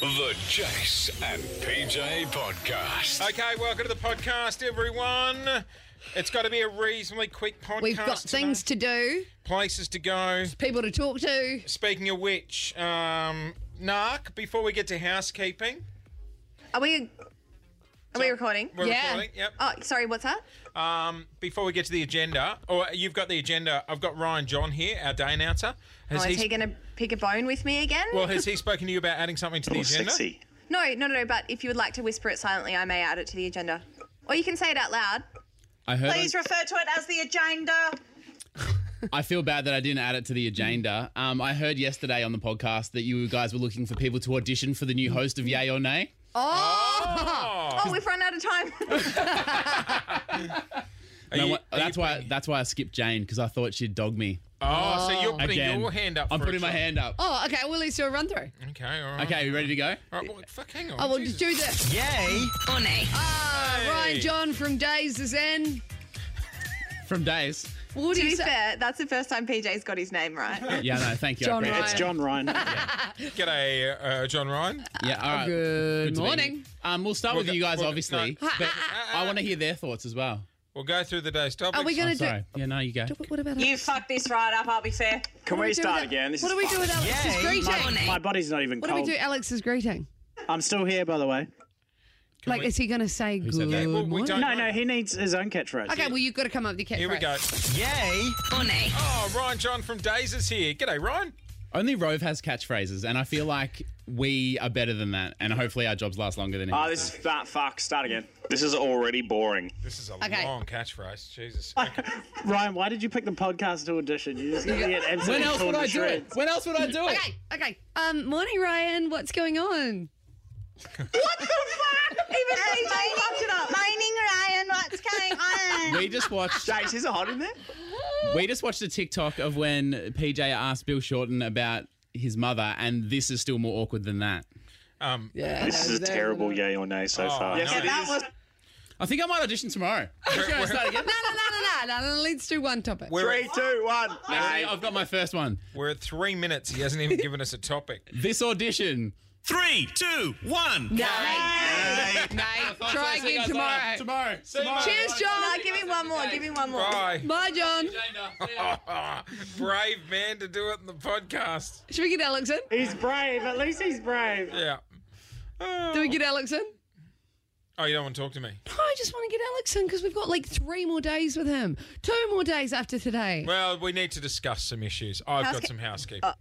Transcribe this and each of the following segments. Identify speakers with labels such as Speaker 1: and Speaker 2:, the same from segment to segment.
Speaker 1: The Jace and PJ Podcast.
Speaker 2: Okay, welcome to the podcast, everyone. It's got to be a reasonably quick podcast.
Speaker 3: We've got
Speaker 2: today.
Speaker 3: things to do,
Speaker 2: places to go.
Speaker 3: people to talk to.
Speaker 2: Speaking of which, um, Narc, before we get to housekeeping,
Speaker 4: Are we? Are we recording?
Speaker 2: we're
Speaker 3: Yeah.
Speaker 2: recording. Yep.
Speaker 4: Oh, sorry. What's that?
Speaker 2: Um, before we get to the agenda, or you've got the agenda. I've got Ryan John here, our day announcer. Has
Speaker 4: Oh, is
Speaker 2: he-
Speaker 4: he going to pick a bone with me again?
Speaker 2: well, has he spoken to you about adding something to the
Speaker 5: Or
Speaker 2: agenda?
Speaker 5: Oh, sexy.
Speaker 4: no, no, no, no. But if you would like to whisper it silently, I may add it to the agenda, or you can say it out loud.
Speaker 6: I heard.
Speaker 7: Please refer to it as the agenda.
Speaker 6: I feel bad that I didn't add it to the agenda. Um, I heard yesterday on the podcast that you guys were looking for people to audition for the new host of Yay or Nay.
Speaker 4: Oh, we've run out of time.
Speaker 2: Are
Speaker 6: No,
Speaker 2: you-
Speaker 6: what-
Speaker 2: are you
Speaker 6: that's why.
Speaker 2: putting-
Speaker 6: That's why I skipped Jane because I thought she'd dog me
Speaker 2: oh, so you're putting
Speaker 6: again.
Speaker 2: your hand up.
Speaker 6: I'm
Speaker 2: for a
Speaker 6: putting my
Speaker 2: try.
Speaker 6: hand up.
Speaker 3: Oh, okay. We'll let's do a run through.
Speaker 2: Okay. All right.
Speaker 6: Okay, you ready to go?
Speaker 2: All right, well, fuck, hang on.
Speaker 3: I will
Speaker 2: Jesus.
Speaker 3: just do this.
Speaker 8: Yay or nay?
Speaker 3: Ah, Ryan John from Days is in.
Speaker 6: From Days.
Speaker 3: What do
Speaker 4: to
Speaker 3: you
Speaker 4: be
Speaker 3: say?
Speaker 4: fair, that's the first time PJ's got his name right.
Speaker 6: Yeah, no, thank you. I
Speaker 3: John
Speaker 6: appreciate
Speaker 3: Ryan.
Speaker 6: it.
Speaker 5: It's John Ryan.
Speaker 2: G'day, uh, John Ryan.
Speaker 6: Yeah, all right.
Speaker 3: Good,
Speaker 6: to be
Speaker 3: morning. Ah,
Speaker 6: here. Um, we'll start
Speaker 2: We'll
Speaker 6: with
Speaker 2: go-
Speaker 6: you guys,
Speaker 2: we'll go-
Speaker 6: obviously,
Speaker 2: no.
Speaker 6: but I want to hear their thoughts as well.
Speaker 2: We'll go through the day's topics.
Speaker 3: Are we going
Speaker 6: I'm
Speaker 3: to do?
Speaker 6: sorry. Yeah, no, you go.
Speaker 3: What- What about?
Speaker 7: You fucked this right up, I'll be fair.
Speaker 5: Can we start again? This
Speaker 3: What
Speaker 5: is
Speaker 3: do we do
Speaker 5: fucked.
Speaker 3: with Alex's
Speaker 8: Yay.
Speaker 3: greeting?
Speaker 8: Mine. Morning.
Speaker 5: My body's not even
Speaker 3: What do we
Speaker 5: cold.
Speaker 3: do? Oh, Alex's greeting.
Speaker 5: I'm still here, by the way.
Speaker 3: Like,
Speaker 2: we-
Speaker 3: is he going to say good
Speaker 6: said that?
Speaker 2: Yeah, well, we
Speaker 3: morning?
Speaker 2: don't-
Speaker 5: No, no, he needs his own catchphrase.
Speaker 3: Okay, well you've got to come up with your catchphrase.
Speaker 2: Here we
Speaker 8: Yay
Speaker 2: go.
Speaker 8: or nay?
Speaker 2: Oh, Ryan John from Days is here. G'day, Ryan.
Speaker 6: Only Rove has catchphrases, and I feel like we are better than that. And hopefully, our jobs last longer than his.
Speaker 5: Oh, this is that fuck. Start again.
Speaker 9: This is already boring.
Speaker 2: This is a
Speaker 3: Okay.
Speaker 2: long catchphrase. Jesus. Okay.
Speaker 5: Ryan, why did you pick the podcast to audition? You're just going to get
Speaker 6: when
Speaker 5: absolutely
Speaker 6: else
Speaker 5: torn
Speaker 6: would
Speaker 5: to
Speaker 6: I do it?
Speaker 5: shreds.
Speaker 6: When else would I do it?
Speaker 3: Okay, okay. Um, morning, Ryan. What's going on?
Speaker 4: Even PJ fucked it up.
Speaker 7: Mining Ryan, what's going on?
Speaker 6: We just watched.
Speaker 5: Jace, is it hot in there?
Speaker 6: we just watched a TikTok of when PJ asked Bill Shorten about his mother, and this is still more awkward than that.
Speaker 2: Um,
Speaker 9: This is a terrible yay or nay
Speaker 10: Oh,
Speaker 9: so far.
Speaker 5: Yes,
Speaker 2: no.
Speaker 5: it is.
Speaker 6: I think I might audition tomorrow. Just gonna start again.
Speaker 3: No, no, no, no, no, no. Let's do one topic.
Speaker 2: we're,
Speaker 5: Three,
Speaker 2: at,
Speaker 5: two, one.
Speaker 6: Actually, I've got my first one.
Speaker 2: we're at three minutes. He hasn't even given us a topic.
Speaker 6: This audition.
Speaker 8: Three, two, one.
Speaker 3: No, no. Try again tomorrow.
Speaker 6: Tomorrow.
Speaker 3: Cheers, John.
Speaker 4: No, give me one more. Give me one more.
Speaker 2: Bye.
Speaker 3: Bye, John.
Speaker 2: Ah, brave man to do it in the podcast.
Speaker 3: Should we get Alex in?
Speaker 5: He's brave. At least he's brave.
Speaker 2: Yeah.
Speaker 3: Do we get Alex in?
Speaker 2: Oh, you don't want to talk to me?
Speaker 3: No, I just want to get Alex in because we've got like three more days with him. Two more days after today.
Speaker 2: Well, we need to discuss some issues. I've got
Speaker 4: Houseca-
Speaker 2: some housekeeping.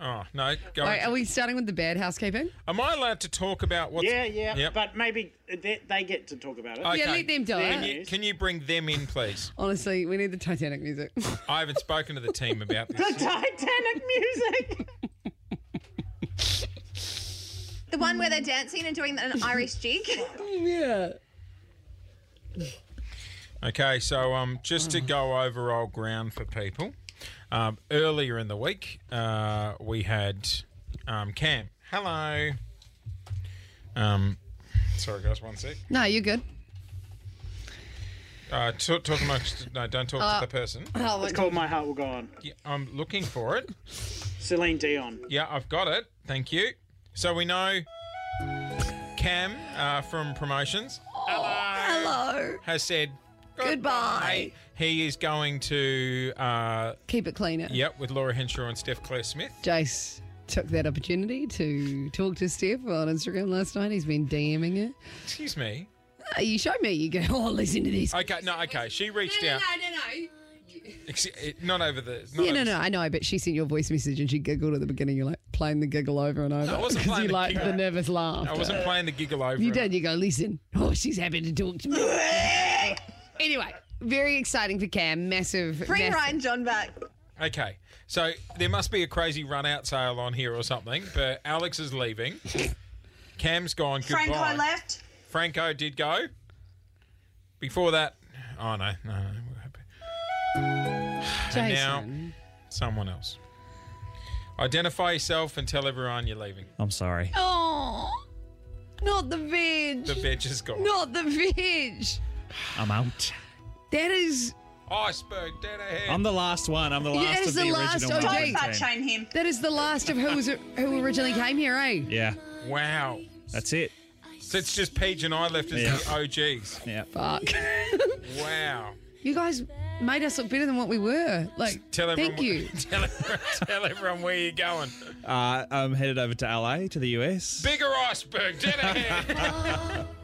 Speaker 2: oh, no. Go
Speaker 3: uh, Wait,
Speaker 2: on.
Speaker 3: are we starting with the bad housekeeping?
Speaker 2: Am I allowed to talk about what's.
Speaker 5: Yeah, yeah.
Speaker 2: Yep.
Speaker 5: But maybe they, they get to talk about it.
Speaker 2: Okay.
Speaker 3: Yeah, let them do
Speaker 5: Yeah,
Speaker 3: it.
Speaker 5: yeah.
Speaker 2: Can you bring them in, please?
Speaker 3: Honestly, we need the Titanic music.
Speaker 2: I haven't spoken to the team about this.
Speaker 5: The Titanic music.
Speaker 4: The one where they're dancing and doing an Irish jig.
Speaker 3: yeah.
Speaker 2: Okay, so um, just to go over old ground for people, um, earlier in the week uh, we had um, Cam. Hello. Um, sorry, guys, one sec.
Speaker 3: No, you're good.
Speaker 2: Uh, t- talk amongst. No, don't talk to the person.
Speaker 3: Oh,
Speaker 5: It's called My Heart Will Go On.
Speaker 2: Yeah, I'm looking for it.
Speaker 5: Celine Dion.
Speaker 2: Yeah, I've got it. Thank you. So we know Cam uh, from promotions
Speaker 3: hello.
Speaker 2: has said
Speaker 3: Goodbye.
Speaker 2: He is going to. Uh,
Speaker 3: Keep it cleaner.
Speaker 2: yep, with Laura Henshaw and Steph Claire Smith.
Speaker 3: Jace took that opportunity to talk to Steph on Instagram last night. He's been DMing her.
Speaker 2: Excuse me.
Speaker 3: Uh, You show me. You go, oh, listen to this.
Speaker 2: Okay, no, okay. She reached out.
Speaker 3: no,
Speaker 2: Ex- eh, not over the. Not
Speaker 3: Yeah,
Speaker 2: over
Speaker 3: no, no,
Speaker 2: the-
Speaker 3: I know, but she sent you a voice message and she giggled at the beginning. You're like playing the giggle over and over.
Speaker 2: I wasn't
Speaker 3: 'cause
Speaker 2: playing
Speaker 3: you
Speaker 2: the
Speaker 3: like
Speaker 2: giggle.
Speaker 3: the nervous laugh.
Speaker 2: I wasn't playing the giggle over.
Speaker 3: You
Speaker 2: it.
Speaker 3: did. You go, listen. Oh, she's happy to talk to me. anyway, very exciting for Cam. Massive.
Speaker 4: Bring
Speaker 3: massive-
Speaker 4: Ryan John back.
Speaker 2: Okay, so there must be a crazy run out sale on here or something. But Alex is leaving. Cam's gone. Goodbye.
Speaker 7: Franco left.
Speaker 2: Franco did go. Before that, oh no, no, no. we're happy.
Speaker 3: Jason.
Speaker 2: now- Someone else. Identify yourself and tell everyone you're leaving.
Speaker 11: I'm sorry.
Speaker 3: Oh, not the veg.
Speaker 2: The veg is gone.
Speaker 3: Not the veg.
Speaker 11: I'm out.
Speaker 3: That is
Speaker 2: Iceberg dead ahead.
Speaker 11: I'm the last one. I'm the last
Speaker 3: it's
Speaker 11: of
Speaker 3: the
Speaker 11: the,
Speaker 3: last
Speaker 11: original
Speaker 3: OG.
Speaker 11: Melbourne
Speaker 3: Don't
Speaker 11: team.
Speaker 7: Fat chain him.
Speaker 3: that is the last of who was who originally came here, eh?
Speaker 11: Yeah.
Speaker 2: Wow.
Speaker 11: That's it.
Speaker 2: So it's just Peach and I left as
Speaker 11: Yeah.
Speaker 2: the OGs.
Speaker 11: Yeah.
Speaker 3: Fuck.
Speaker 2: Wow.
Speaker 3: you guys made us look better than what we were. Like,
Speaker 2: Tell everyone.
Speaker 3: thank you.
Speaker 2: Tell, tell everyone where you're going.
Speaker 11: Uh, I'm headed over to LA to the US.
Speaker 2: Bigger iceberg, dead ahead.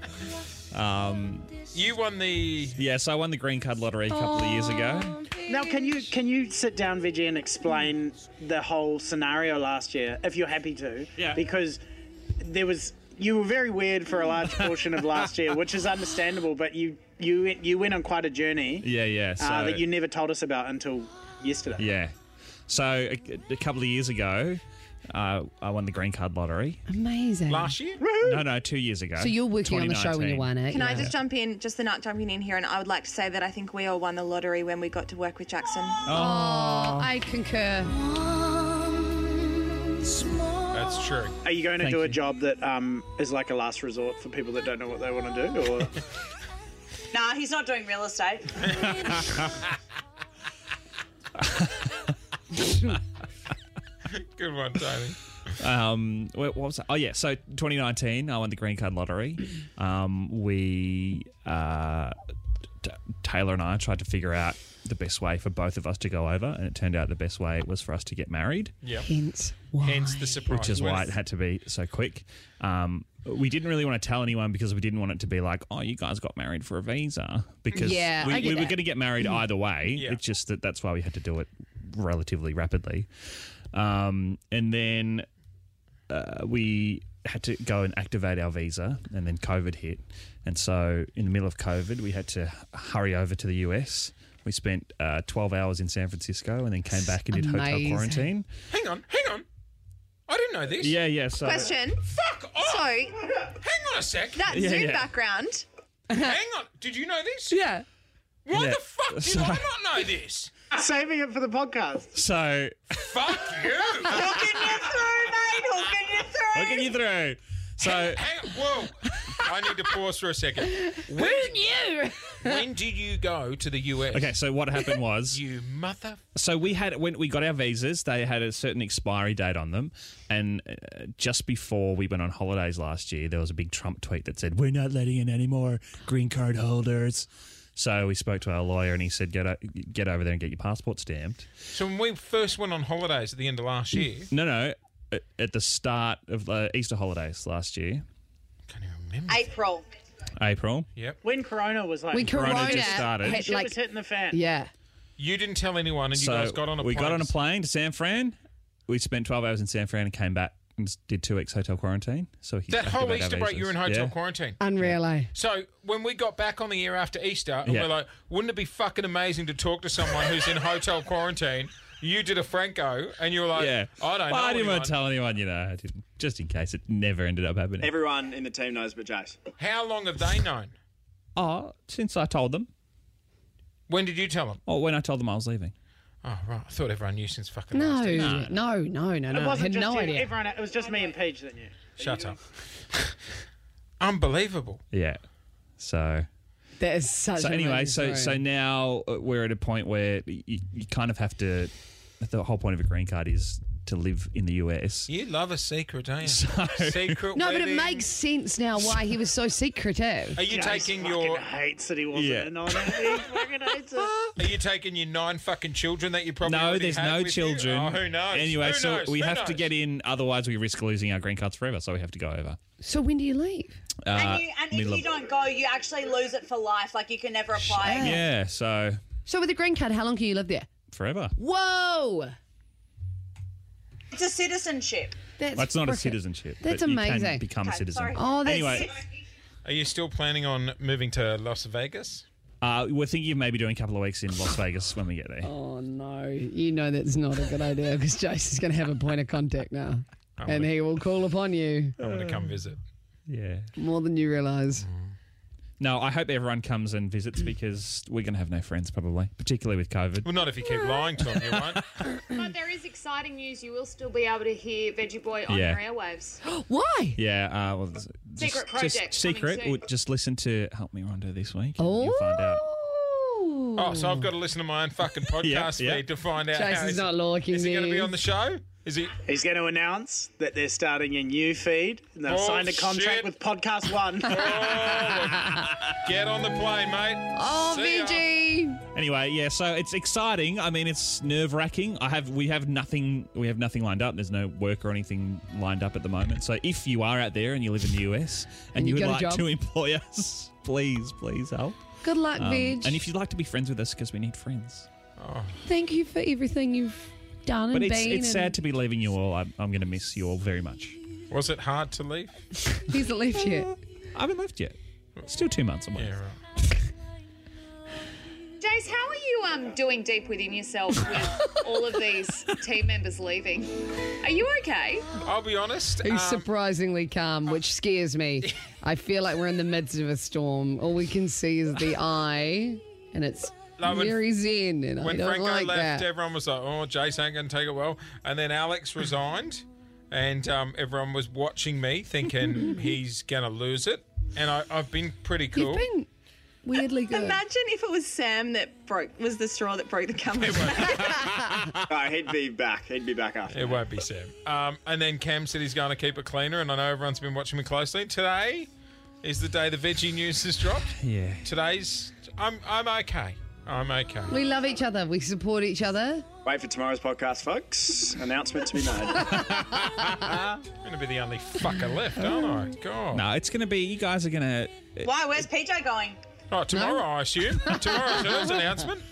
Speaker 11: Um,
Speaker 2: you won the.
Speaker 11: yeah, so I won the green card lottery a couple of years ago.
Speaker 5: Now, can you can you sit down, Veggie, and explain the whole scenario last year, if you're happy to?
Speaker 11: Yeah.
Speaker 5: Because there was you were very weird for a large portion of last year, which is understandable. But you you you went on quite a journey
Speaker 11: Yeah, yeah. So
Speaker 5: uh, that you never told us about until yesterday.
Speaker 11: yeah. So a, a couple of years ago, uh, I won the green card lottery.
Speaker 3: Amazing.
Speaker 2: Last year?
Speaker 11: No, no, two years ago.
Speaker 3: so you're working on the show when you
Speaker 11: 2019.
Speaker 3: won it.
Speaker 4: Can I
Speaker 3: yeah.
Speaker 4: just jump in, just the nut jumping in here, and I would like to say that I think we all won the lottery when we got to work with Jackson.
Speaker 3: Oh, I concur.
Speaker 2: That's true.
Speaker 5: Are you going to
Speaker 11: Thank
Speaker 5: do
Speaker 11: you.
Speaker 5: a job that um, is like a last resort for people that don't know what they want to do, or
Speaker 7: Nah, he's not doing real estate.
Speaker 2: Good one, Tony.
Speaker 11: Um, what what was that? Oh yeah, so 2019, I won the green card lottery. Um, we uh, t- Taylor and I tried to figure out the best way for both of us to go over, and it turned out the best way was for us to get married,
Speaker 2: Yep.
Speaker 3: Hence why.
Speaker 2: Hence the surprise.
Speaker 11: which is why it had to be so quick. Um, we didn't really want to tell anyone because we didn't want it to be like, oh, you guys got married for a visa, because
Speaker 3: Yeah,
Speaker 11: we,
Speaker 3: I get
Speaker 11: we were
Speaker 3: that. Mm.
Speaker 11: going to get married either way.
Speaker 2: Yeah.
Speaker 11: It's just that that's why we had to do it relatively rapidly. Um, and then uh, we had to go and activate our visa, and then COVID hit. And so, in the middle of COVID, we had to hurry over to the US. We spent uh, 12 hours in San Francisco and then came back and did
Speaker 3: Amazing.
Speaker 11: hotel quarantine.
Speaker 2: Hang on, hang on. I didn't know this.
Speaker 11: Yeah, yeah. So,
Speaker 4: Question.
Speaker 2: Fuck off.
Speaker 4: So,
Speaker 2: hang on a sec.
Speaker 4: that
Speaker 11: Yeah,
Speaker 4: Zoom
Speaker 11: yeah.
Speaker 4: background,
Speaker 2: hang on. Did you know this?
Speaker 3: Yeah.
Speaker 2: Why
Speaker 11: Yeah.
Speaker 2: the fuck did
Speaker 11: Sorry.
Speaker 2: I not know this?
Speaker 5: saving it for the podcast?
Speaker 11: so
Speaker 2: Fuck you.
Speaker 7: Hooking you through, mate. Hooking you through.
Speaker 11: looking you through. So,
Speaker 2: Hang on. Whoa. I need to pause for a second. When,
Speaker 3: You.
Speaker 2: when did you go to the US?
Speaker 11: okay, so what happened was
Speaker 2: You mother.
Speaker 11: so we had when we got our visas, they had a certain expiry date on them, and uh, just before we went on holidays last year, there was a big Trump tweet that said, "We're not letting in any more green card holders." So we spoke to our lawyer, and he said, "Get o- get over there and get your passport stamped."
Speaker 2: So when we first went on holidays at the end of last year,
Speaker 11: No, no, at- at the start of uh, Easter holidays last year,
Speaker 2: can't even remember.
Speaker 7: April.
Speaker 11: April.
Speaker 2: Yep.
Speaker 5: When Corona was like,
Speaker 3: When Corona,
Speaker 11: just started.
Speaker 3: had,
Speaker 5: shit
Speaker 3: like,
Speaker 5: was hitting the fan.
Speaker 3: yeah.
Speaker 2: You didn't tell anyone, and you
Speaker 11: so
Speaker 2: guys got on a
Speaker 11: we
Speaker 2: plane.
Speaker 11: got on a plane to San Fran. We spent twelve hours in San Fran and came back and s- did two weeks hotel quarantine. So we could
Speaker 2: That whole
Speaker 11: activate our
Speaker 2: Easter break, you were in
Speaker 11: visas.
Speaker 2: hotel
Speaker 11: Yeah.
Speaker 2: quarantine.
Speaker 3: Unreal, eh?
Speaker 2: So when we got back on the air after Easter, and
Speaker 11: Yeah.
Speaker 2: we're like, wouldn't it be fucking amazing to talk to someone who's in hotel quarantine? You did a Franco, and you were like,
Speaker 11: yeah.
Speaker 2: I don't know.
Speaker 11: I didn't
Speaker 2: anyone.
Speaker 11: want to tell anyone, you know. I didn't, just in case it never ended up happening.
Speaker 10: Everyone in the team knows but Jace.
Speaker 2: How long have they known?
Speaker 11: oh, since I told them.
Speaker 2: When did you tell them?
Speaker 11: Oh, when I told them I was leaving.
Speaker 2: Oh, right. I thought everyone knew since fucking
Speaker 3: No,
Speaker 2: last week.
Speaker 3: no, no, no, no.
Speaker 5: It
Speaker 3: I
Speaker 5: wasn't
Speaker 3: had
Speaker 5: just
Speaker 3: no
Speaker 5: you,
Speaker 3: idea.
Speaker 5: Everyone, it was just me and Paige that knew.
Speaker 2: Shut up. Unbelievable.
Speaker 11: Yeah. So,
Speaker 3: that is such.
Speaker 11: so
Speaker 3: an
Speaker 11: anyway, so
Speaker 3: amazing
Speaker 11: so
Speaker 3: story.
Speaker 11: now uh, we're at a point where you, you kind of have to. The whole point of a green card is to live in the US.
Speaker 2: You love a secret, don't you? secret.
Speaker 3: No, but it
Speaker 2: wedding.
Speaker 3: makes sense now why he was so secretive.
Speaker 2: Are you taking your?
Speaker 5: Fucking hates that he wasn't
Speaker 11: Yeah.
Speaker 5: in on it. He fucking hates it.
Speaker 2: Are you taking your nine fucking children that you probably
Speaker 11: No,
Speaker 2: already
Speaker 11: there's
Speaker 2: had
Speaker 11: no
Speaker 2: with you?
Speaker 11: children.
Speaker 2: Oh, who knows?
Speaker 11: Anyway,
Speaker 2: Who
Speaker 11: so
Speaker 2: knows?
Speaker 11: we
Speaker 2: Who
Speaker 11: have to
Speaker 2: knows?
Speaker 11: get in, otherwise we risk losing our green cards forever. So we have to go over.
Speaker 3: So when do you leave?
Speaker 11: Uh,
Speaker 7: and you, and if
Speaker 11: middle
Speaker 7: you
Speaker 11: of-
Speaker 7: don't go, you actually lose it for life. Like you can never apply. again.
Speaker 11: yeah, so
Speaker 3: So with a green card, how long can you live there?
Speaker 11: forever.
Speaker 3: Whoa,
Speaker 7: It's a citizenship.
Speaker 3: that's
Speaker 11: That's not a
Speaker 3: frickin-
Speaker 11: citizenship.
Speaker 3: That's
Speaker 11: but You
Speaker 3: amazing.
Speaker 11: can become a
Speaker 7: Okay,
Speaker 11: citizen.
Speaker 7: sorry.
Speaker 3: Oh, that's
Speaker 11: Anyway,
Speaker 2: Are you still planning on moving to Las Vegas?
Speaker 11: uh, we're thinking of maybe doing a couple of weeks in Las Vegas when we get there.
Speaker 3: Oh no, you know that's not a good idea because Jason's going to have a point of contact now, and he will call upon you
Speaker 2: I want to
Speaker 11: Um,
Speaker 2: come visit.
Speaker 11: Yeah.
Speaker 3: more than you realise.
Speaker 11: No, I hope everyone comes and visits because we're going to have no friends probably, particularly with COVID.
Speaker 2: Well, not if you keep lying to them, you won't.
Speaker 12: But there is exciting news. You will still be able to hear Veggie Boy on
Speaker 11: Yeah.
Speaker 12: your airwaves.
Speaker 3: Why?
Speaker 11: Yeah. Uh, well, just,
Speaker 12: Secret
Speaker 11: just
Speaker 12: project coming
Speaker 11: secret.
Speaker 12: soon.
Speaker 11: Well, just listen to Help Me Rondo this week. and
Speaker 3: Oh,
Speaker 11: You'll find out.
Speaker 2: Oh, so I've got to listen to my own fucking podcast
Speaker 5: yeah.
Speaker 2: feed to find out. how
Speaker 5: Jason's
Speaker 2: is-
Speaker 5: not liking
Speaker 2: Is he going to be
Speaker 5: this.
Speaker 2: on the show? Is he?
Speaker 5: He's going to announce that they're starting a new feed. And they've
Speaker 2: Oh,
Speaker 5: signed a contract
Speaker 2: shit.
Speaker 5: with Podcast One.
Speaker 2: Get on the plane, mate.
Speaker 3: Oh,
Speaker 2: See ya.
Speaker 3: VG.
Speaker 11: Anyway, yeah, so it's exciting. I mean, it's nerve wracking. I have we have nothing we have nothing lined up. There's no work or anything lined up at the moment. So if you are out there and you live in the US and,
Speaker 3: And
Speaker 11: you
Speaker 3: you
Speaker 11: would
Speaker 3: got a
Speaker 11: like
Speaker 3: job.
Speaker 11: to employ us, please, please help.
Speaker 3: Good luck,
Speaker 11: Um,
Speaker 3: Vig.
Speaker 11: And if you'd like to be friends with us, because we need friends.
Speaker 3: Thank you for everything you've done
Speaker 11: But
Speaker 3: and
Speaker 11: it's
Speaker 3: been.
Speaker 11: it's
Speaker 3: and
Speaker 11: sad to be leaving you all. I'm, I'm going to miss you all very much.
Speaker 2: Was it hard to leave?
Speaker 3: He hasn't left yet.
Speaker 11: I haven't left yet. Still two months away. Yeah,
Speaker 12: Jace, how are you um, doing deep within yourself with all of these team members leaving? Are you okay?
Speaker 2: I'll be honest.
Speaker 3: He's
Speaker 2: um, uh,
Speaker 3: surprisingly calm, which scares me. I feel like we're in the midst of a storm. All we can see is the eye, and it's
Speaker 2: No, when-
Speaker 3: very zen, and I
Speaker 2: when
Speaker 3: don't
Speaker 2: Franco
Speaker 3: like
Speaker 2: left,
Speaker 3: that.
Speaker 2: everyone was like, "Oh, Jace ain't going to take it well." And then Alex resigned, and um, everyone was watching me, thinking he's going to lose it. And I, I've been pretty cool.
Speaker 3: Weirdly good.
Speaker 4: Imagine if it was Sam that broke was the straw that broke the camel.
Speaker 10: Oh, he'd be back. He'd be back after.
Speaker 2: It won't be Sam. Um, and then Cam said he's going to keep it cleaner, and I know everyone's been watching me closely. Today is the day the veggie news has dropped.
Speaker 11: Yeah.
Speaker 2: Today's I'm I'm okay. I'm okay.
Speaker 3: We love each other. We support each other.
Speaker 10: Wait for tomorrow's podcast, folks. Announcement to be made.
Speaker 2: I'm going to be the only fucker left, aren't I? God.
Speaker 11: No, it's going to be. You guys are going to.
Speaker 7: Why? Where's PJ going?
Speaker 2: Oh, tomorrow I assume. Tomorrow's Earl's announcement.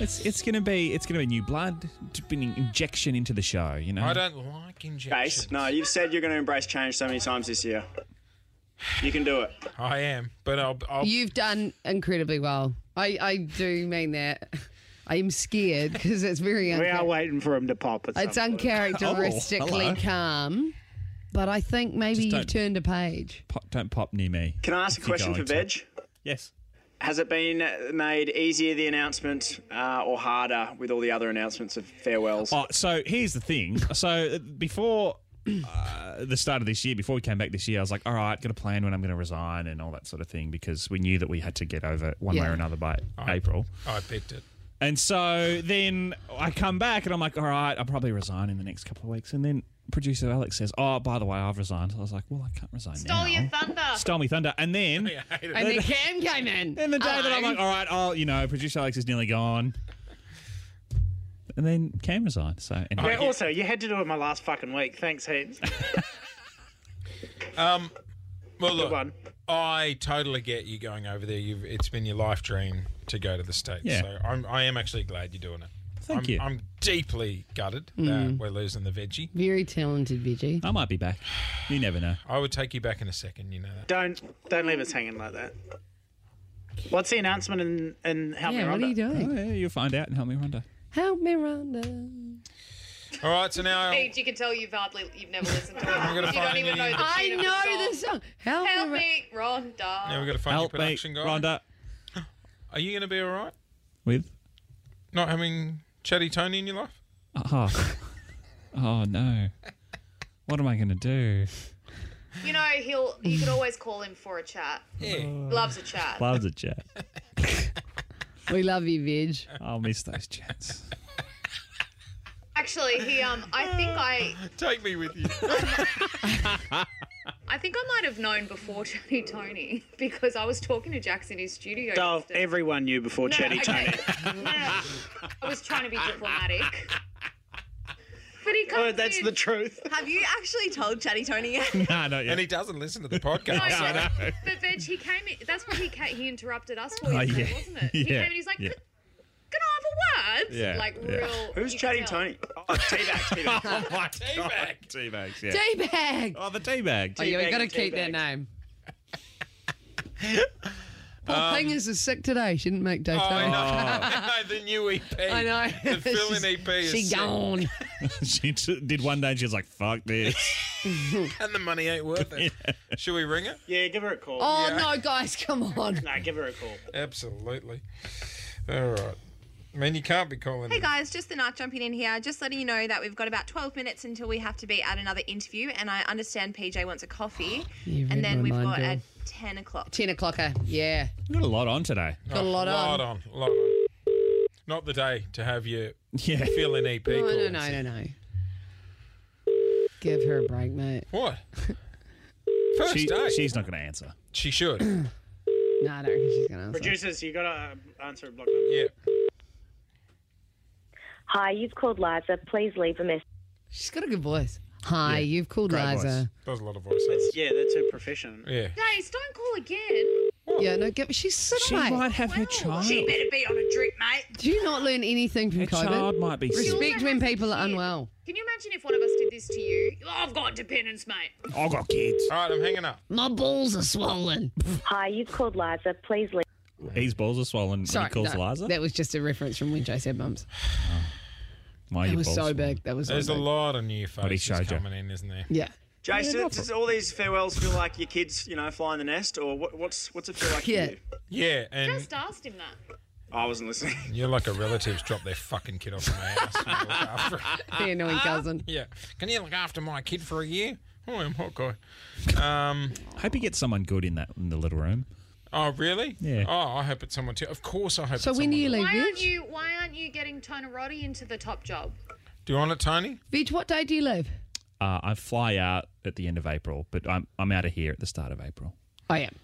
Speaker 11: It's it's going to be it's going to be new blood, just been an injection into the show. You know.
Speaker 2: I don't like injections.
Speaker 10: Jace, no, you've said you're going to embrace change so many times this year. You can do it.
Speaker 2: I am, but I'll. I'll
Speaker 3: You've done incredibly well. I, I do mean that. I'm scared because it's very
Speaker 5: we are
Speaker 3: unchar-
Speaker 5: waiting for him to pop. At
Speaker 3: it's
Speaker 5: some point.
Speaker 3: uncharacteristically
Speaker 11: Oh,
Speaker 3: calm. But I think maybe you've turned a page.
Speaker 11: Pop, don't pop near me.
Speaker 10: Can I ask
Speaker 11: If
Speaker 10: a
Speaker 11: you're
Speaker 10: question for
Speaker 11: going to.
Speaker 10: Veg?
Speaker 11: Yes.
Speaker 10: Has it been made easier, the announcement, uh, or harder with all the other announcements of farewells?
Speaker 11: Oh, so here's the thing. So uh, before uh, the start of this year, before we came back this year, I was like, all right, got a plan when I'm going to resign and all that sort of thing because we knew that we had to get over it one way
Speaker 2: Yeah.
Speaker 11: or another by April.
Speaker 2: I picked it.
Speaker 11: And so then I come back and I'm like, all right, I'll probably resign in the next couple of weeks. And then producer Alex says, oh, by the way, I've resigned. I was like, well, I can't resign now.
Speaker 12: Stole your thunder.
Speaker 11: Stole me thunder. And then.
Speaker 3: And then Cam came in.
Speaker 11: And the day that I'm
Speaker 3: Hello.
Speaker 11: like, all right, oh, you know, producer Alex is nearly gone. And then Cam resigned. So anyway.
Speaker 5: yeah, also, you had to do it my last fucking week. Thanks, heaps.
Speaker 2: Um, well, look, I totally get you going over there. You've, it's been your life dream to go to the States.
Speaker 11: Yeah.
Speaker 2: So I'm, I am actually glad you're doing it.
Speaker 11: Thank
Speaker 2: I'm,
Speaker 11: you.
Speaker 2: I'm deeply gutted that
Speaker 3: Mm.
Speaker 2: we're losing the veggie.
Speaker 3: Very talented veggie.
Speaker 11: I might be back. You never know.
Speaker 2: I would take you back in a second, you know that.
Speaker 5: Don't don't leave us hanging like that. What's the announcement in, in Help Me
Speaker 3: Yeah, what
Speaker 5: Rhonda?
Speaker 3: are you doing?
Speaker 11: Oh, yeah, you'll find out and help me, Rhonda.
Speaker 3: Help me, Rhonda.
Speaker 2: All right, so now
Speaker 12: Pete, you can tell you've hardly, you've never listened to it.
Speaker 2: I'm gonna
Speaker 12: you don't
Speaker 2: find
Speaker 12: even know
Speaker 2: any-
Speaker 12: the
Speaker 3: I
Speaker 12: tune of
Speaker 3: know the
Speaker 12: song.
Speaker 3: song. Help,
Speaker 12: Help
Speaker 3: me.
Speaker 12: me, Rhonda.
Speaker 2: now we've got to find your
Speaker 11: help me,
Speaker 2: production guy.
Speaker 11: Rhonda.
Speaker 2: Are you going to be all right?
Speaker 11: With?
Speaker 2: Not having Chatty Tony in your life?
Speaker 11: Oh. oh, no. What am I going to do?
Speaker 12: You know he'll. You could always call him for a chat.
Speaker 2: Yeah.
Speaker 12: Loves a chat.
Speaker 11: Love the chat.
Speaker 3: We love you, Veg.
Speaker 11: I'll miss those chats.
Speaker 12: Actually, he. Um, I think I.
Speaker 2: Take me with you.
Speaker 12: I think I might have known before Chatty Tony because I was talking to Jax in his studio.
Speaker 5: Oh, everyone knew before Chatty
Speaker 12: okay.
Speaker 5: Tony.
Speaker 12: No, no, no. I was trying to be diplomatic. But he comes
Speaker 5: Oh, that's
Speaker 12: in-
Speaker 5: the truth.
Speaker 4: Have you actually told Chatty Tony yet?
Speaker 11: no, not
Speaker 2: And he doesn't listen to the podcast.
Speaker 12: No,
Speaker 2: so-
Speaker 12: but- But Veg, he came in. That's what he ca He interrupted us for
Speaker 2: Oh,
Speaker 12: yesterday,
Speaker 2: yeah.
Speaker 12: wasn't it? He
Speaker 2: Yeah.
Speaker 12: came and he's like,
Speaker 2: Yeah.
Speaker 12: "Can I have a word?"
Speaker 11: Yeah,
Speaker 12: Like
Speaker 11: yeah.
Speaker 12: real.
Speaker 10: Who's Chatty Tony? Oh, Teabag, Teabag.
Speaker 11: oh, my
Speaker 2: God.
Speaker 11: Teabags, yeah.
Speaker 3: Teabag.
Speaker 11: Oh, the teabag.
Speaker 3: Oh, yeah, we
Speaker 11: Teabag
Speaker 3: got to
Speaker 11: and
Speaker 3: keep that
Speaker 11: teabags.
Speaker 3: name. Paul Fingers is sick today. She didn't make day.
Speaker 2: Oh, I
Speaker 3: today.
Speaker 2: know. the new E EP.
Speaker 3: I know.
Speaker 2: The fill-in EP is
Speaker 3: She
Speaker 2: sick.
Speaker 3: gone.
Speaker 11: she t- did one day and she was like, fuck this.
Speaker 2: And the money ain't worth it. Should we ring her?
Speaker 5: Yeah, give her a call.
Speaker 3: Oh, no, guys, come on.
Speaker 5: No, give her a call.
Speaker 2: Absolutely. All right. I mean, you can't be calling.
Speaker 4: Hey
Speaker 2: in.
Speaker 4: guys, just the night jumping in here. Just letting you know that we've got about 12 minutes until we have to be at another interview, and I understand PJ wants a coffee.
Speaker 3: You read
Speaker 4: and then
Speaker 3: my
Speaker 4: we've
Speaker 3: mind,
Speaker 4: got
Speaker 3: girl.
Speaker 4: at 10 o'clock.
Speaker 3: 10 o'clocker. eh? Yeah.
Speaker 11: Got a lot on today.
Speaker 2: Oh,
Speaker 3: Got a lot on.
Speaker 2: Lot on. Lot on. not the day to have you
Speaker 11: Yeah.
Speaker 2: fill an E EP.
Speaker 3: No, no,
Speaker 2: calls.
Speaker 3: no, no, no. Give her a break, mate.
Speaker 2: What? First
Speaker 11: She-
Speaker 2: day.
Speaker 11: She's not going to answer.
Speaker 2: She should.
Speaker 3: No, I don't think she's gonna answer.
Speaker 5: Producers, you gotta uh, answer a block number.
Speaker 2: Yeah.
Speaker 13: Hi, you've called Liza. Please leave a message.
Speaker 3: She's got a good voice. Hi, you've called
Speaker 2: Great
Speaker 3: Liza.
Speaker 2: Does a lot of voices.
Speaker 5: Yeah, that's her profession.
Speaker 2: Yeah.
Speaker 12: Guys, don't call again.
Speaker 3: Yeah, no, give, she's sick,
Speaker 12: She
Speaker 3: mate.
Speaker 12: might
Speaker 3: have her child.
Speaker 7: She better be on a drip, mate.
Speaker 3: Do you not learn anything from COVID?
Speaker 11: child might be sick.
Speaker 3: Respect when people are unwell.
Speaker 12: Can you imagine if one of us did this to you? Oh, I've got dependence, mate.
Speaker 11: I got kids.
Speaker 2: All right, I'm hanging up.
Speaker 3: My balls are swollen.
Speaker 13: Hi, you've called Liza. Please leave.
Speaker 11: His balls are swollen.
Speaker 3: Sorry,
Speaker 11: when he calls
Speaker 3: no,
Speaker 11: Liza.
Speaker 3: That was just a reference from when Jay said mums.
Speaker 11: Why are
Speaker 3: that
Speaker 11: your
Speaker 3: was
Speaker 11: balls
Speaker 3: so
Speaker 11: swollen?
Speaker 3: big. That was so
Speaker 2: There's a
Speaker 3: big.
Speaker 2: lot of new
Speaker 11: What he
Speaker 2: faces
Speaker 11: showed you.
Speaker 2: coming in, isn't there?
Speaker 3: Yeah.
Speaker 10: Jason,
Speaker 2: Yeah, no
Speaker 10: does all these farewells feel like your kids, you know, flying the nest, or what, what's what's it feel like
Speaker 3: Yeah.
Speaker 10: to you?
Speaker 2: Yeah, and
Speaker 12: Just asked him that.
Speaker 10: I wasn't listening.
Speaker 2: you're like a relative's dropped their fucking kid off in my house. and look after it.
Speaker 3: The annoying cousin.
Speaker 2: Yeah. Can you look after my kid for a year? Oh, I'm Hawkeye. Um,
Speaker 11: Hope you get someone good in that in the little room.
Speaker 2: oh, really?
Speaker 11: Yeah.
Speaker 2: Oh, I hope it's someone too. Of course, I hope.
Speaker 3: So
Speaker 2: it's
Speaker 3: when do you
Speaker 2: someone
Speaker 3: leave,
Speaker 12: Why
Speaker 3: Veg?
Speaker 12: aren't you why aren't you getting Tony into the top job?
Speaker 2: too. Do you want it, Tony?
Speaker 3: Veg, what day do you leave?
Speaker 11: Uh, I fly out at the end of April, but I'm I'm out of here at the start of April.
Speaker 3: I am.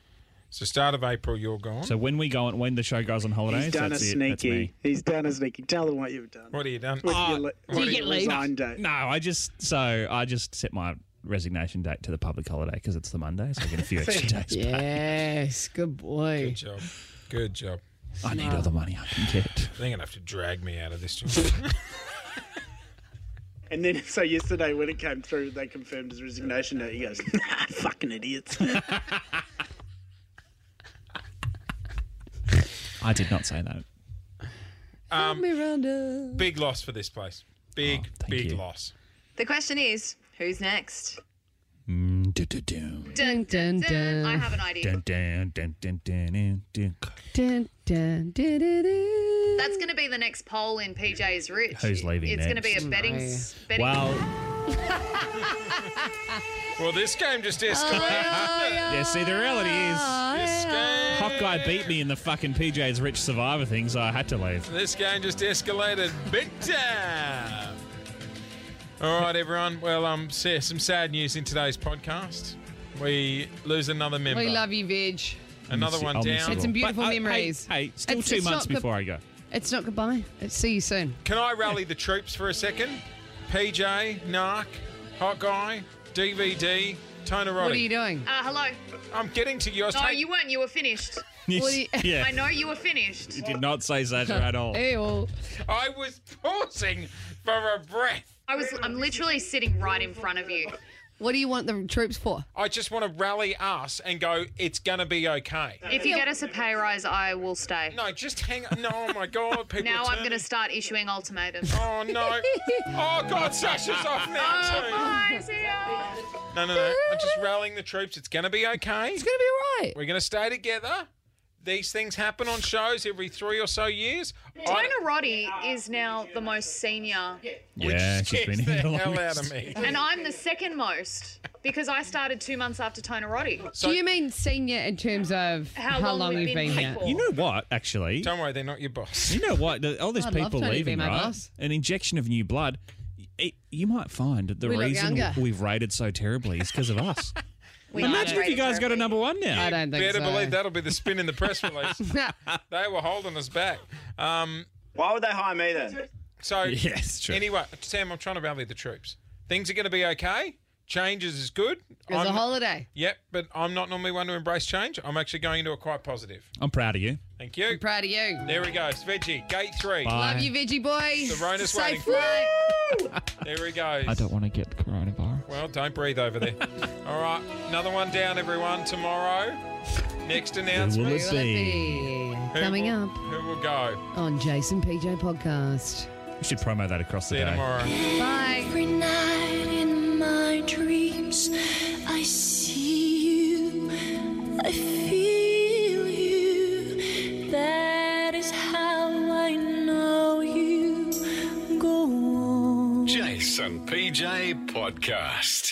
Speaker 2: So start of April, you're gone.
Speaker 11: So when we go on, when the show goes on holidays,
Speaker 5: He's done a
Speaker 11: that's it, that's me.
Speaker 5: sneaky. He's done a sneaky. Tell them what you've done.
Speaker 2: what have you done?
Speaker 5: With
Speaker 2: Oh,
Speaker 5: your le-
Speaker 2: what have
Speaker 5: with
Speaker 2: you-
Speaker 5: your resign date.
Speaker 11: No, I just so I just set my resignation date to the public holiday because it's the Monday, so I get a few extra days.
Speaker 3: Yes, good boy.
Speaker 2: Good job. Good job.
Speaker 11: I need all the money I can get.
Speaker 2: They're gonna have to drag me out of this job.
Speaker 5: And then, so yesterday when it came through, they confirmed his resignation note. He goes, nah, fucking idiots.
Speaker 11: I did not say that.
Speaker 3: Um, Miranda.
Speaker 2: big loss for this place. Big, big
Speaker 11: Oh, you.
Speaker 2: loss.
Speaker 4: The question is, who's next?
Speaker 11: Mm, dun, dun, dun.
Speaker 12: Dun, dun, dun. I have an idea.
Speaker 11: Dun, dun, dun, dun, dun, dun, dun.
Speaker 3: Dun, dun, dun, dun, dun.
Speaker 12: That's going to be the next poll in PJ's Rich.
Speaker 11: Who's leaving
Speaker 12: It's going to be a
Speaker 11: next?
Speaker 12: betting.
Speaker 3: Aye.
Speaker 12: betting
Speaker 11: Well,
Speaker 2: Well, this game just escalated.
Speaker 11: yeah. See, the reality is,
Speaker 2: this game.
Speaker 11: Hot guy beat me in the fucking PJ's Rich Survivor thing, so I had to leave.
Speaker 2: This game just escalated big time. All right, everyone. Well, um, s- some sad news in today's podcast. We lose another member.
Speaker 3: We love you, Veg.
Speaker 2: another
Speaker 11: I'll
Speaker 2: one
Speaker 11: miss you- I'll miss
Speaker 2: down.
Speaker 11: you
Speaker 3: Had some
Speaker 11: all.
Speaker 3: beautiful
Speaker 11: But, uh, hey,
Speaker 3: memories.
Speaker 11: Hey, still
Speaker 3: It's-
Speaker 11: two
Speaker 3: it's
Speaker 11: months
Speaker 3: not the-
Speaker 11: before I go.
Speaker 3: It's not goodbye. It's see you soon.
Speaker 2: Can I rally the troops for a second? PJ, Narc, Hot Guy, DVD, Tonerati.
Speaker 3: What are you doing?
Speaker 12: Uh, hello.
Speaker 2: I'm getting to yours.
Speaker 12: No,
Speaker 2: Take-
Speaker 12: you weren't. You were finished.
Speaker 3: What do you-
Speaker 11: yeah,
Speaker 12: I know you were finished.
Speaker 11: you did not say Zaza at all.
Speaker 3: Hey, all.
Speaker 2: I was pausing for a breath.
Speaker 12: I was. I'm literally sitting right in front of you.
Speaker 3: What do you want the troops for?
Speaker 2: I just want to rally us and go, it's going to be okay.
Speaker 12: If you get us a pay rise, I will stay.
Speaker 2: No, just hang on. No, oh my God. People
Speaker 12: Now
Speaker 2: are
Speaker 12: I'm
Speaker 2: turning-
Speaker 12: going to start issuing ultimatums.
Speaker 2: Oh no! Oh God, Sasha's off now
Speaker 12: Bye, see ya.
Speaker 2: too. No, no, no! I'm just rallying the troops. It's gonna be okay.
Speaker 3: It's gonna be all right.
Speaker 2: We're gonna stay together. These things happen on shows every three or so years.
Speaker 12: Tona Roddy is now the most senior,
Speaker 11: Yeah, she's
Speaker 2: Gets
Speaker 11: been here the
Speaker 2: the hell out
Speaker 11: longest.
Speaker 2: of me.
Speaker 12: and I'm the second most because I started two months after Tona Roddy.
Speaker 2: So-
Speaker 3: do you mean senior in terms of
Speaker 12: How
Speaker 3: how,
Speaker 12: long
Speaker 3: long,
Speaker 12: we've
Speaker 3: you've
Speaker 12: been
Speaker 3: been here?
Speaker 12: people.
Speaker 11: You know what? Actually,
Speaker 2: Don't worry, they're not your boss.
Speaker 11: you know what? The- All these
Speaker 3: I'd love
Speaker 11: people
Speaker 3: Tony to be
Speaker 11: leaving,
Speaker 3: my
Speaker 11: right?
Speaker 3: boss.
Speaker 11: An injection of new blood. It, you might find that the
Speaker 3: We look
Speaker 11: reason
Speaker 3: younger.
Speaker 11: we've rated so terribly is because of us.
Speaker 12: We
Speaker 11: Imagine if you
Speaker 12: upgraded
Speaker 11: guys got a
Speaker 12: therapy.
Speaker 11: number one
Speaker 3: I
Speaker 11: now.
Speaker 3: don't think
Speaker 2: Better
Speaker 3: so.
Speaker 2: believe that'll be the spin in the press release. they were holding us back. Um,
Speaker 10: Why would they hire me then?
Speaker 2: so
Speaker 11: Yeah, it's true.
Speaker 2: anyway, Sam, I'm trying to rally the troops. Things are gonna be okay. Changes is good.
Speaker 3: It's a
Speaker 2: I'm-
Speaker 3: holiday.
Speaker 2: Yep, but I'm not normally one to embrace change. I'm actually going into it quite positive.
Speaker 11: I'm proud of you.
Speaker 2: Thank you.
Speaker 3: Proud of you.
Speaker 2: There we go. It's Veggie, gate three.
Speaker 11: Bye.
Speaker 3: Love you, Veggie boy.
Speaker 2: The Rona's waiting
Speaker 3: Safe
Speaker 2: for you.
Speaker 3: flight.
Speaker 2: There he goes.
Speaker 14: I don't want to get the coronavirus.
Speaker 2: Well, don't breathe over there. All right, another one down, everyone. Tomorrow, next announcement.
Speaker 11: Let's
Speaker 3: see.
Speaker 2: Who
Speaker 3: Coming
Speaker 2: will-
Speaker 3: up
Speaker 2: Who will go?
Speaker 3: on Jason PJ Podcast.
Speaker 11: We should promo that across the
Speaker 2: See you
Speaker 11: day.
Speaker 2: tomorrow.
Speaker 3: Bye.
Speaker 15: Every night in my dreams, I see you, I feel you. That is how I know you. Go on.
Speaker 1: Jason PJ Podcast.